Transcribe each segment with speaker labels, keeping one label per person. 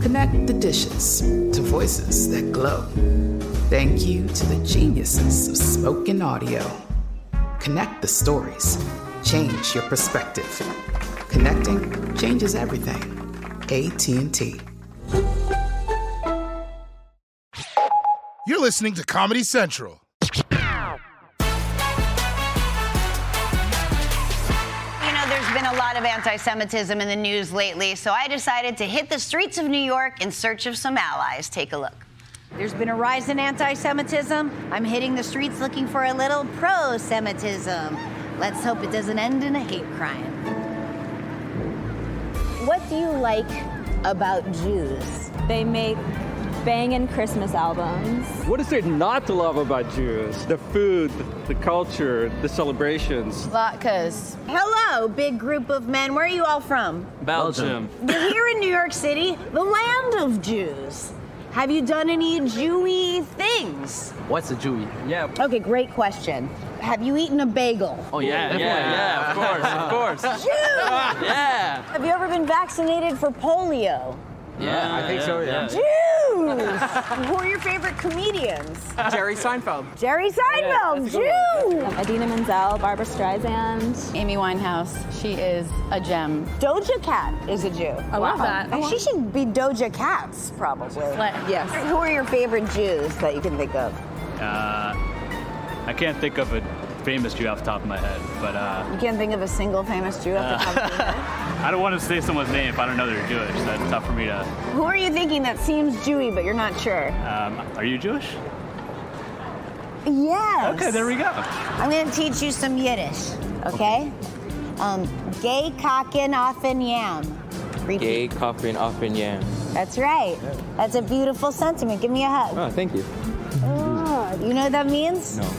Speaker 1: Connect the dishes to voices that glow. Thank you to the geniuses of spoken audio. Connect the stories. Change your perspective. Connecting changes everything. AT&T.
Speaker 2: You're listening to Comedy Central.
Speaker 3: You know, there's been a lot of anti Semitism in the news lately, so I decided to hit the streets of New York in search of some allies. Take a look. There's been a rise in anti Semitism. I'm hitting the streets looking for a little pro Semitism. Let's hope it doesn't end in a hate crime. What do you like about Jews?
Speaker 4: They make banging Christmas albums.
Speaker 5: What is there not to love about Jews? The food, the culture, the celebrations.
Speaker 3: Latkes. Hello, big group of men. Where are you all from?
Speaker 5: Belgium.
Speaker 3: You're here in New York City, the land of Jews. Have you done any Jewy things?
Speaker 6: What's a Jewy?
Speaker 5: Yeah.
Speaker 3: Okay, great question. Have you eaten a bagel?
Speaker 6: Oh yeah, yeah, yeah. Of course, of course.
Speaker 3: Jew!
Speaker 6: Yeah.
Speaker 3: Have you ever been vaccinated for polio?
Speaker 6: Yeah, I think so. Yeah.
Speaker 3: Jews! Who are your favorite comedians?
Speaker 7: Jerry Seinfeld.
Speaker 3: Jerry Seinfeld, Jew!
Speaker 4: Adina Menzel, Barbara Streisand.
Speaker 8: Amy Winehouse, she is a gem.
Speaker 3: Doja Cat is a Jew. I
Speaker 8: love that.
Speaker 3: She should be Doja Cats, probably.
Speaker 7: Yes.
Speaker 3: Who are your favorite Jews that you can think of?
Speaker 9: Uh, I can't think of a famous Jew off the top of my head, but uh,
Speaker 3: You can't think of a single famous Jew off the top of your head?
Speaker 9: I don't want to say someone's name if I don't know they're Jewish. That's tough for me to.
Speaker 3: Who are you thinking that seems Jewy but you're not sure?
Speaker 9: Um, are you Jewish?
Speaker 3: Yes.
Speaker 9: Okay, there we go.
Speaker 3: I'm going to teach you some Yiddish, okay? Um, gay kaken offen yam. Repeat.
Speaker 6: Gay coffee and offering yam.
Speaker 3: That's right. That's a beautiful sentiment. Give me a hug.
Speaker 6: Oh, thank you.
Speaker 3: Oh, you know what that means?
Speaker 6: No.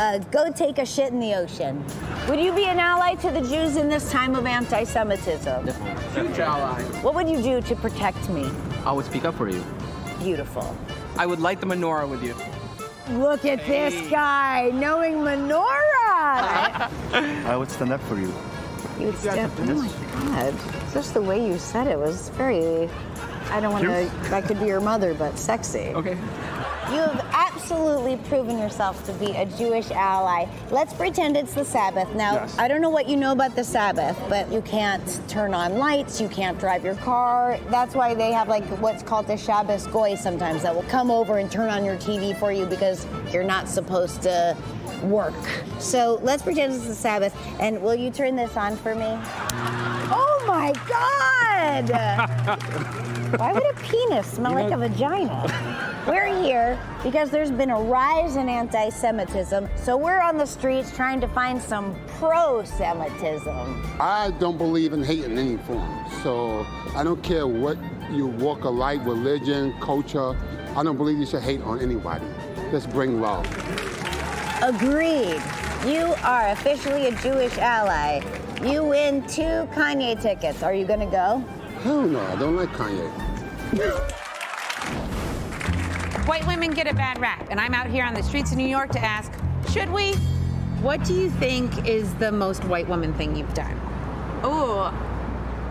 Speaker 3: Uh, go take a shit in the ocean. Would you be an ally to the Jews in this time of anti Semitism?
Speaker 7: Huge ally.
Speaker 3: What would you do to protect me?
Speaker 6: I will speak up for you.
Speaker 3: Beautiful.
Speaker 7: I would light the menorah with you.
Speaker 3: Look at this guy knowing menorah.
Speaker 10: I would stand up for you.
Speaker 3: you would step. Oh my God! Just the way you said it was very. I don't want to. That could be your mother, but sexy.
Speaker 7: Okay.
Speaker 3: You have absolutely proven yourself to be a Jewish ally. Let's pretend it's the Sabbath. Now,
Speaker 10: Yes.
Speaker 3: I don't know what you know about the Sabbath, but you can't turn on lights, you can't drive your car. That's why they have like what's called the Shabbos goy sometimes that will come over and turn on your TV for you because you're not supposed to work. So let's pretend it's the Sabbath. And will you turn this on for me? Oh my God! Why would a penis smell like a vagina? We're here because there's been a rise in anti Semitism, so we're on the streets trying to find some pro Semitism.
Speaker 10: I don't believe in hate in any form. So I don't care what you walk of life, religion, culture. I don't believe you should hate on anybody. Just bring love.
Speaker 3: Agreed. You are officially a Jewish ally. You win two Kanye tickets. Are you gonna go?
Speaker 10: Hell no, I don't like Kanye.
Speaker 11: White women get a bad rap, and I'm out here on the streets of New York to ask, should we? What do you think is the most white woman thing you've done?
Speaker 8: Ooh,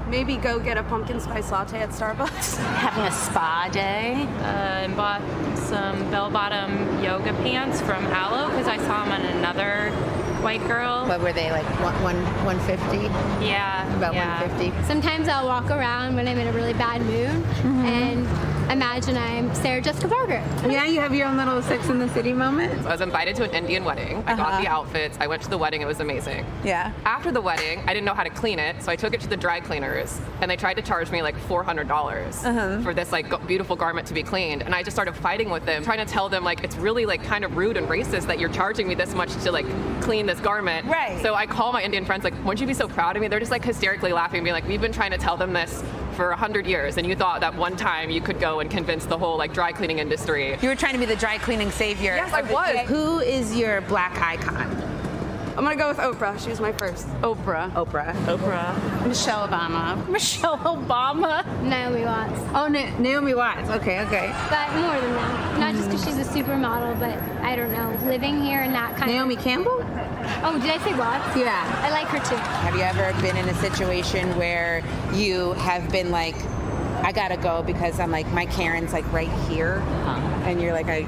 Speaker 8: maybe go get a pumpkin spice latte at Starbucks.
Speaker 4: Having a spa day.
Speaker 11: Uh, and bought some bell bottom yoga pants from Aloe because I saw them on another
Speaker 12: white girl.
Speaker 11: What were they like? One, one 150?
Speaker 12: Yeah.
Speaker 11: About
Speaker 12: yeah.
Speaker 11: 150.
Speaker 12: Sometimes I'll walk around when I'm in a really bad mood and imagine I'm Sarah Jessica Parker.
Speaker 11: Mm-hmm. Yeah, you have your own little Sex in the City moment.
Speaker 13: I was invited to an Indian wedding. I got
Speaker 11: Uh-huh.
Speaker 13: the outfits. I went to the wedding. It was amazing.
Speaker 11: Yeah.
Speaker 13: After the wedding, I didn't know how to clean it, so I took it to the dry cleaners, and they tried to charge me like four hundred dollars
Speaker 11: Uh-huh.
Speaker 13: for this like g- beautiful garment to be cleaned. And I just started fighting with them, trying to tell them like it's really like kind of rude and racist that you're charging me this much to like clean this garment. Right. So I call my Indian friends like, wouldn't you be so proud of me? They're just like hysterically laughing, being like, we've been trying to tell them this for a hundred years, and you thought that one time you could go and convince the whole like dry cleaning industry.
Speaker 11: You were trying to be the dry cleaning savior.
Speaker 13: Yes, I was.
Speaker 11: Who is your black icon?
Speaker 8: I'm gonna go with Oprah. She was my first.
Speaker 12: Oprah.
Speaker 11: Oprah.
Speaker 12: Oprah.
Speaker 11: Michelle Obama.
Speaker 12: Michelle Obama. Naomi Watts.
Speaker 11: Oh, Na- Naomi Watts. Okay, okay. Mm.
Speaker 12: But more than that. Not just because she's a supermodel, but I don't know, living here and that kind
Speaker 11: Naomi
Speaker 12: of.
Speaker 11: Campbell?
Speaker 12: Oh, did I say Watts?
Speaker 11: Yeah.
Speaker 12: I like her too.
Speaker 11: Have you ever been in a situation where you have been like, I gotta go because I'm like, my Karen's like right here, and you're like, I,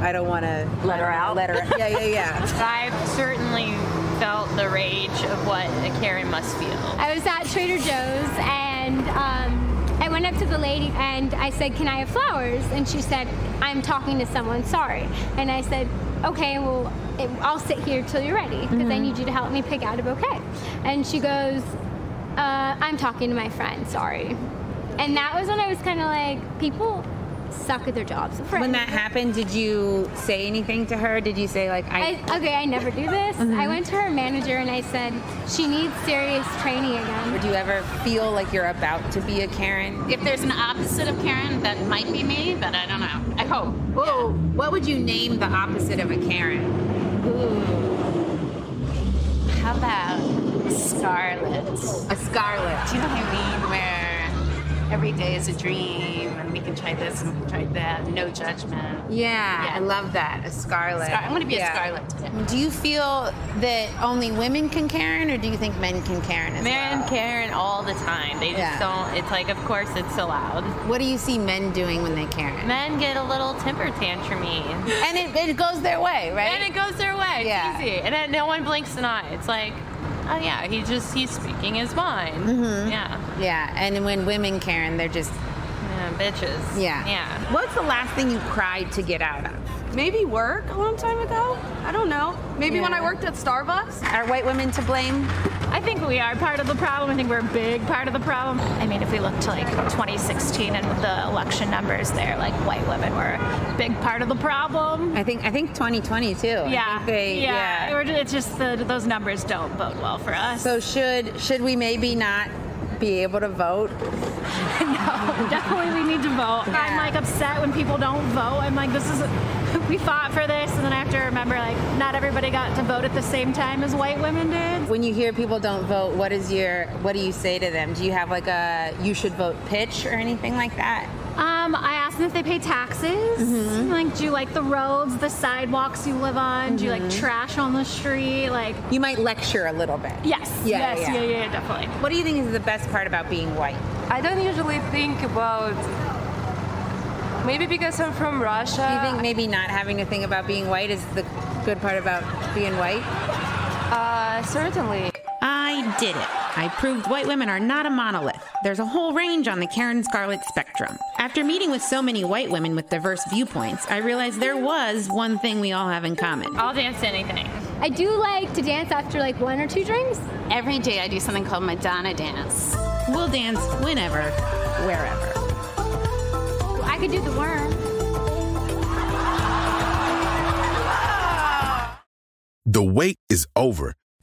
Speaker 11: I don't want to let her out. Let her. Yeah, yeah, yeah.
Speaker 4: I've certainly felt the rage of what a Karen must feel.
Speaker 12: I was at Trader Joe's and um, I went up to the lady and I said, Can I have flowers? And she said, I'm talking to someone, sorry. And I said, Okay, well, it, I'll sit here till you're ready because I
Speaker 11: Mm-hmm.
Speaker 14: Mhm.
Speaker 12: need you to help me pick out a bouquet. And she goes, uh, I'm talking to my friend, sorry. And that was when I was kind of like, People suck at their jobs.
Speaker 11: When that happened, did you say anything to her? Did you say like, I? Uh-huh.
Speaker 12: I, okay, I never do this. I went to her manager and I said, She needs serious training again.
Speaker 11: Or do you ever feel like you're about to be a Karen?
Speaker 4: If there's an opposite of Karen, that might be me, but I don't know. I hope.
Speaker 11: Whoa! What would you name the opposite of a Karen?
Speaker 4: How about Scarlet? A
Speaker 11: Scarlet.
Speaker 4: Do you know what I mean? Where every day is a dream and we can try this and we can try that, no judgment.
Speaker 11: Yeah, I love that. A Scarlet.
Speaker 4: Scar- I'm gonna be a
Speaker 11: Yeah.
Speaker 4: Scarlet today.
Speaker 11: Do you feel that only women can Karen, or do you think men can Karen as
Speaker 4: Marion
Speaker 11: well?
Speaker 4: Karen all the time. They just
Speaker 11: Yeah.
Speaker 4: don't. It's like, of course, it's allowed.
Speaker 11: What do you see men doing when they Karen?
Speaker 4: Men get a little temper tantrumy,
Speaker 11: and it, it goes their way, right?
Speaker 4: And it goes their way. It's
Speaker 11: Yeah.
Speaker 4: easy, and then no one blinks an eye. It's like, oh yeah, he just he's speaking his mind.
Speaker 11: Mhm.
Speaker 4: Yeah,
Speaker 11: Yeah, and when women Karen, they're just
Speaker 4: yeah, bitches.
Speaker 11: yeah.
Speaker 4: yeah.
Speaker 11: What's the last thing you cried to get out of?
Speaker 8: Maybe work a long time ago. I don't know. Maybe when
Speaker 4: Yeah.
Speaker 8: I worked at Starbucks.
Speaker 11: Are white women to blame?
Speaker 4: I think we are part of the problem. I think we're a big part of the problem.
Speaker 14: I mean, if we look to like 2016 and the election numbers there, like white women were a big part of the problem.
Speaker 11: I think I think 2020 too. I
Speaker 14: Yeah,
Speaker 11: think they-
Speaker 14: yeah. We're- It's just the, those numbers don't bode well for us.
Speaker 11: So should should we maybe not be able to vote?
Speaker 14: no, definitely we need to vote. I'm like upset when people don't vote. I'm like, this is we fought for this, and then I have to remember like not everybody got to vote at the same time as white women did.
Speaker 11: When you hear people don't vote, what is your what do you say to them? Do you have like a you should vote pitch or anything like that?
Speaker 14: Um, I asked them if they pay taxes.
Speaker 11: Mhm.
Speaker 14: Like, do you like the roads, the sidewalks you live on? Do you like
Speaker 11: Mhm.
Speaker 14: trash on the street? Like,
Speaker 11: You might lecture a little bit.
Speaker 14: yes,
Speaker 11: Yeah,
Speaker 14: yes,
Speaker 11: yeah.
Speaker 14: yeah, yeah, yeah, definitely.
Speaker 11: What do you think is the best part about being white?
Speaker 15: I don't usually think about. Maybe because I'm from Russia.
Speaker 11: Do you think maybe not having to think about being white is the good part about being white?
Speaker 15: Uh, certainly.
Speaker 11: I did it. I proved white women are not a monolith. There's a whole range on the Karen Scarlet spectrum. After meeting with so many white women with diverse viewpoints, I realized there was one thing we all have in common.
Speaker 4: I'll dance to anything.
Speaker 12: I do like to dance after like one or two drinks.
Speaker 4: Every day I do something called Madonna dance.
Speaker 11: We'll dance whenever, wherever.
Speaker 12: I could do the worm.
Speaker 16: The wait is over.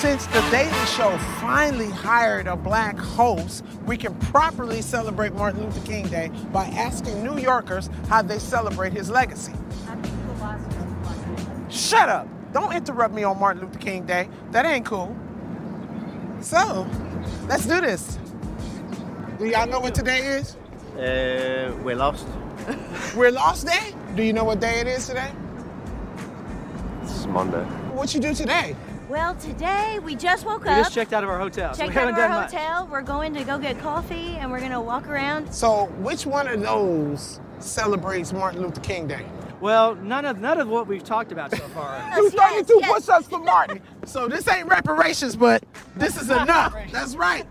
Speaker 2: Since The Daily Show finally hired a black host, we can properly celebrate Martin Luther King Day by asking New Yorkers how they celebrate his legacy. Shut up! Don't interrupt me on Martin Luther King Day. That ain't cool. So, let's do this. Do y'all know what today is?
Speaker 17: Uh, we're lost.
Speaker 2: We're Lost Day? Do you know what day it is today?
Speaker 17: It's Monday.
Speaker 2: What you do today?
Speaker 18: Well, today we just woke
Speaker 19: We
Speaker 18: up.
Speaker 19: just checked out of our hotel. so
Speaker 18: checked
Speaker 19: we
Speaker 18: out of
Speaker 19: haven't
Speaker 18: our
Speaker 19: done much.
Speaker 18: hotel. We're going to go get coffee and we're going to walk around.
Speaker 2: So, which one of those celebrates Martin Luther King Day?
Speaker 19: Well, none of none of what we've talked about so far.
Speaker 2: Do 32 push-ups for Martin. So this ain't reparations, but this is enough. That's right.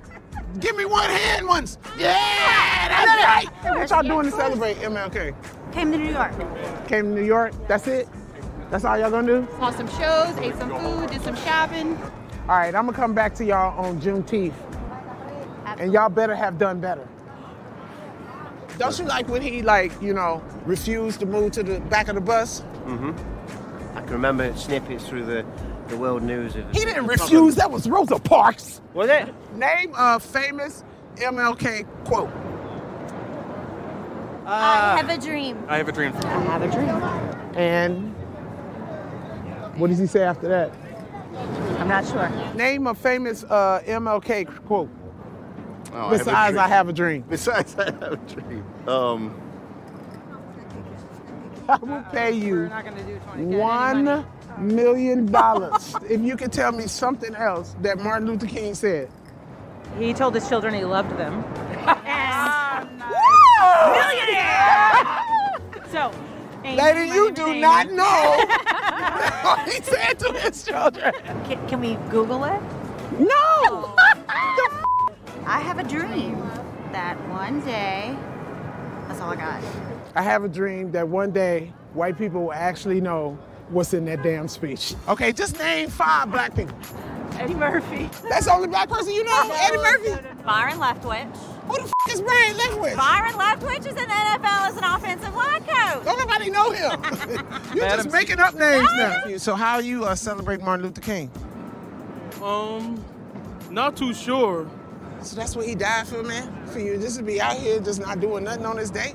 Speaker 2: Give me one hand once. Yeah, that's right. Hey, what y'all doing to celebrate MLK?
Speaker 18: Came to New York.
Speaker 2: Came to New York. That's it. That's all y'all gonna do.
Speaker 20: Saw some shows, ate some food, did some shopping.
Speaker 2: All right, I'm gonna come back to y'all on Juneteenth, and y'all better have done better. Don't you like when he like you know refused to move to the back of the bus?
Speaker 17: hmm
Speaker 10: Mm-hmm.
Speaker 17: I can remember snippets through the, the world news. Of
Speaker 2: He didn't refuse. That was Rosa Parks.
Speaker 17: Was it?
Speaker 2: Name a famous MLK quote.
Speaker 18: I have a dream.
Speaker 2: I have a dream. Uh, I have a dream. And what does he say after that? I'm not sure. Name a famous uh, MLK quote.
Speaker 17: Oh,
Speaker 2: Besides, I have,
Speaker 17: I have
Speaker 2: a dream.
Speaker 17: Besides, I have a dream. Um,
Speaker 2: I
Speaker 21: Uh,
Speaker 2: will pay you one million dollars if you can tell me something else that Martin Luther King said.
Speaker 21: He told his children he loved them. So,
Speaker 2: Lady, you do not know what he said to his children.
Speaker 18: Can, can we Google it?
Speaker 2: No!
Speaker 18: I have a dream that one day. That's all I got.
Speaker 2: I have a dream that one day white people will actually know what's in that damn speech. Okay, just name five black people.
Speaker 21: Eddie Murphy.
Speaker 2: That's the only black person you know, Eddie Murphy.
Speaker 21: Byron Leftwich.
Speaker 2: Who the f is Brian Leftwich?
Speaker 21: Byron Leftwich is an NFL as an offensive line coach.
Speaker 2: Don't nobody know him. You're just making up names now. So how you uh, celebrate Martin Luther King?
Speaker 22: Um, not too sure.
Speaker 2: So that's what he died for, man. For you just to be out here just not doing nothing on this day.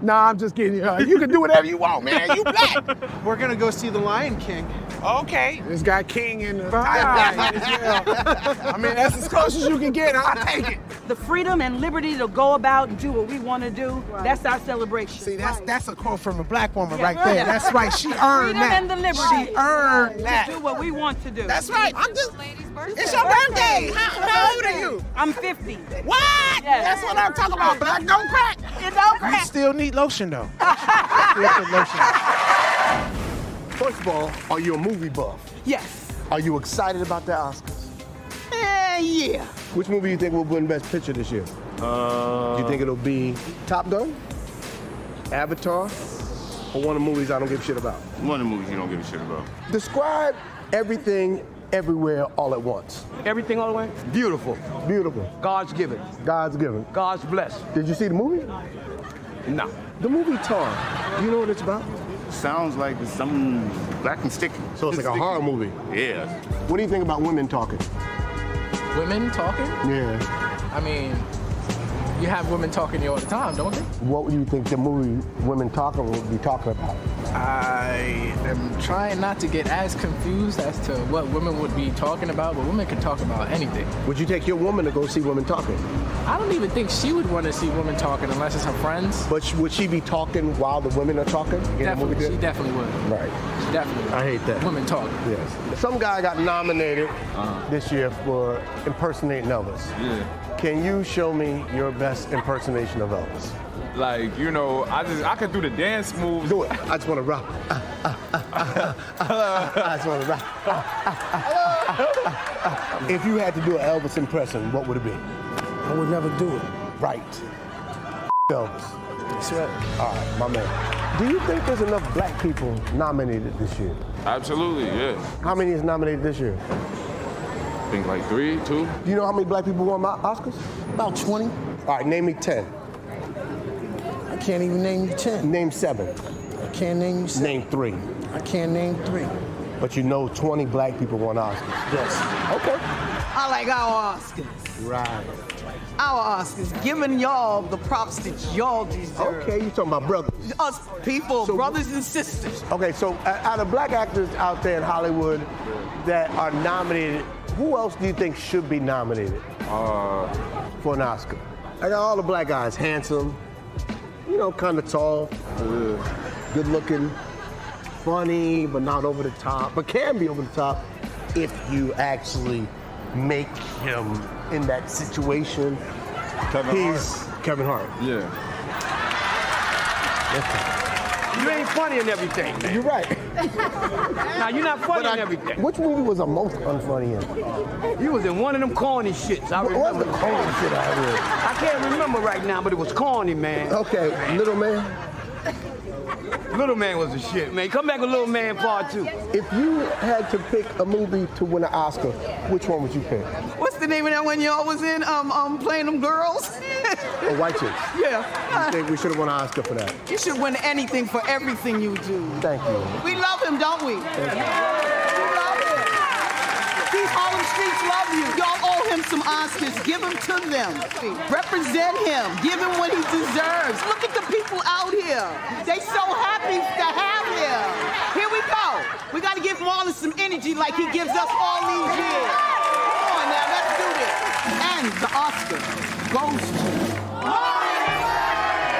Speaker 2: Nah, I'm just kidding. Uh, you can do whatever you want, man. You black. We're gonna go see The Lion King. Okay. This guy King in the
Speaker 21: Right.
Speaker 2: I mean, that's as close as you can get. I'll take it.
Speaker 21: The freedom and liberty to go about and do what we want to do, that's our celebration.
Speaker 2: See, that's that's a quote from a black woman
Speaker 21: Yeah.
Speaker 2: right there. That's right. She earned
Speaker 21: freedom
Speaker 2: that.
Speaker 21: and the liberty.
Speaker 2: She earned that.
Speaker 21: To do what we want to do.
Speaker 2: That's right. I'm just. It's your
Speaker 21: Birthday.
Speaker 2: birthday. How, how old are you?
Speaker 21: I'm 50.
Speaker 2: What? That's what I'm talking about. Black don't crack.
Speaker 21: It don't
Speaker 2: You still need lotion though. Still put lotion.
Speaker 10: First of all, are you a movie buff?
Speaker 21: Yes.
Speaker 10: Are you excited about the Oscars?
Speaker 21: Eh, yeah.
Speaker 10: Which movie you think will win Best Picture this year?
Speaker 23: Uh,
Speaker 10: Do you think it'll be Top Gun, Avatar, or one of the movies I don't give a shit about?
Speaker 23: One of the movies you don't give a shit about.
Speaker 10: Describe everything, everywhere, all at once.
Speaker 23: Everything all the way?
Speaker 10: Beautiful. Beautiful. God's given. God's given. God's blessed. Did you see the movie?
Speaker 23: No.
Speaker 10: The movie Tar. Do you know what it's about?
Speaker 23: Sounds like it's something black and sticky.
Speaker 10: So it's like a horror movie.
Speaker 23: Yeah.
Speaker 10: What do you think about women talking?
Speaker 24: Women talking?
Speaker 10: Yeah.
Speaker 24: I mean, you have women talking to you all the time, don't you?
Speaker 10: What do you think the movie Women Talking will be talking about?
Speaker 24: I am trying not to get as confused as to what women would be talking about, but women can talk about anything.
Speaker 25: Would you take your woman to go see Women Talking?
Speaker 24: I don't even think she would want to see women talking unless it's her friends.
Speaker 25: But sh- would she be talking while the women are talking? in a movie
Speaker 24: Definitely,
Speaker 25: theater?
Speaker 24: she definitely would.
Speaker 25: Right.
Speaker 24: She definitely. Would.
Speaker 25: I hate that.
Speaker 24: Women Uh-huh. talk.
Speaker 25: Yes. Some guy got nominated this year for impersonating Elvis.
Speaker 23: Yeah.
Speaker 25: Can you show me your best impersonation of Elvis?
Speaker 23: Like, you know, I just I could do the dance moves.
Speaker 25: Do it. I just want to rock. I just want to rock. If you had to do an Elvis impression, what would it be? I would never do it. Right. Elvis. That's right. All right, my man. Do you think there's enough black people nominated this year?
Speaker 23: Absolutely, yeah.
Speaker 25: How many is nominated this year?
Speaker 23: I think like three, two.
Speaker 25: Do you know how many black people won my Oscars? About 20. All right, name me 10. I can't even name you 10. Name seven. I can't name you seven. Name three. I can't name three. But you know 20 black people won Oscars. Yes. Okay.
Speaker 1: I like our Oscars.
Speaker 25: Right.
Speaker 1: Our Oscars. Giving y'all the props that y'all deserve.
Speaker 25: Okay, you talking about brothers.
Speaker 1: Us people, brothers and sisters.
Speaker 25: Okay, so uh, out of black actors out there in Hollywood that are nominated, who else do you think should be nominated Uh, for an Oscar? I got all the black guys, handsome, you know, kind of tall, uh, good looking, funny, but not over the top, but can be over the top if you actually make him in that situation.
Speaker 23: Kevin
Speaker 25: He's Kevin Hart.
Speaker 23: Yeah.
Speaker 25: You ain't funny in everything. You're right.
Speaker 19: Now you're not funny in everything.
Speaker 25: Which movie was the most unfunny in?
Speaker 19: You was in one of them corny shits. I
Speaker 25: What
Speaker 19: remember.
Speaker 25: was the corny shit I did?
Speaker 19: I can't remember right now, but it was corny, man.
Speaker 25: Okay, Little Man.
Speaker 19: Little man was a shit, man. Come back with Little Man Part Two.
Speaker 25: If you had to pick a movie to win an Oscar, which one would you pick?
Speaker 1: What's the name of that one y'all was in? Um, um, playing them girls?
Speaker 25: A White Chicks. You
Speaker 1: yeah.
Speaker 25: think we should have won an Oscar for that?
Speaker 1: You should win anything for everything you do.
Speaker 25: Thank you.
Speaker 1: We love him, don't we? We love him. These Harlem streets love you. Y'all owe him some Oscars. Give them to them. Represent him. Give him what he deserves. Look at the people out here. They so happy to have him. Here we go. We got to give Marlon some energy like he gives us all these years. Come on now, let's do this. And the Oscar goes to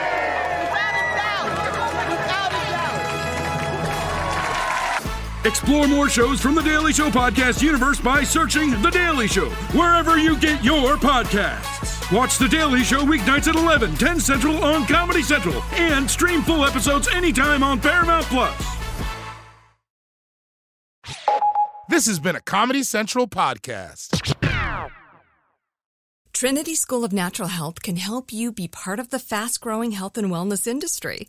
Speaker 26: Explore more shows from the Daily Show podcast universe by searching The Daily Show wherever you get your podcasts. Watch The Daily Show weeknights at 11, 10 Central on Comedy Central and stream full episodes anytime on Paramount Plus.
Speaker 3: This has been a Comedy Central podcast.
Speaker 27: Trinity School of Natural Health can help you be part of the fast growing health and wellness industry.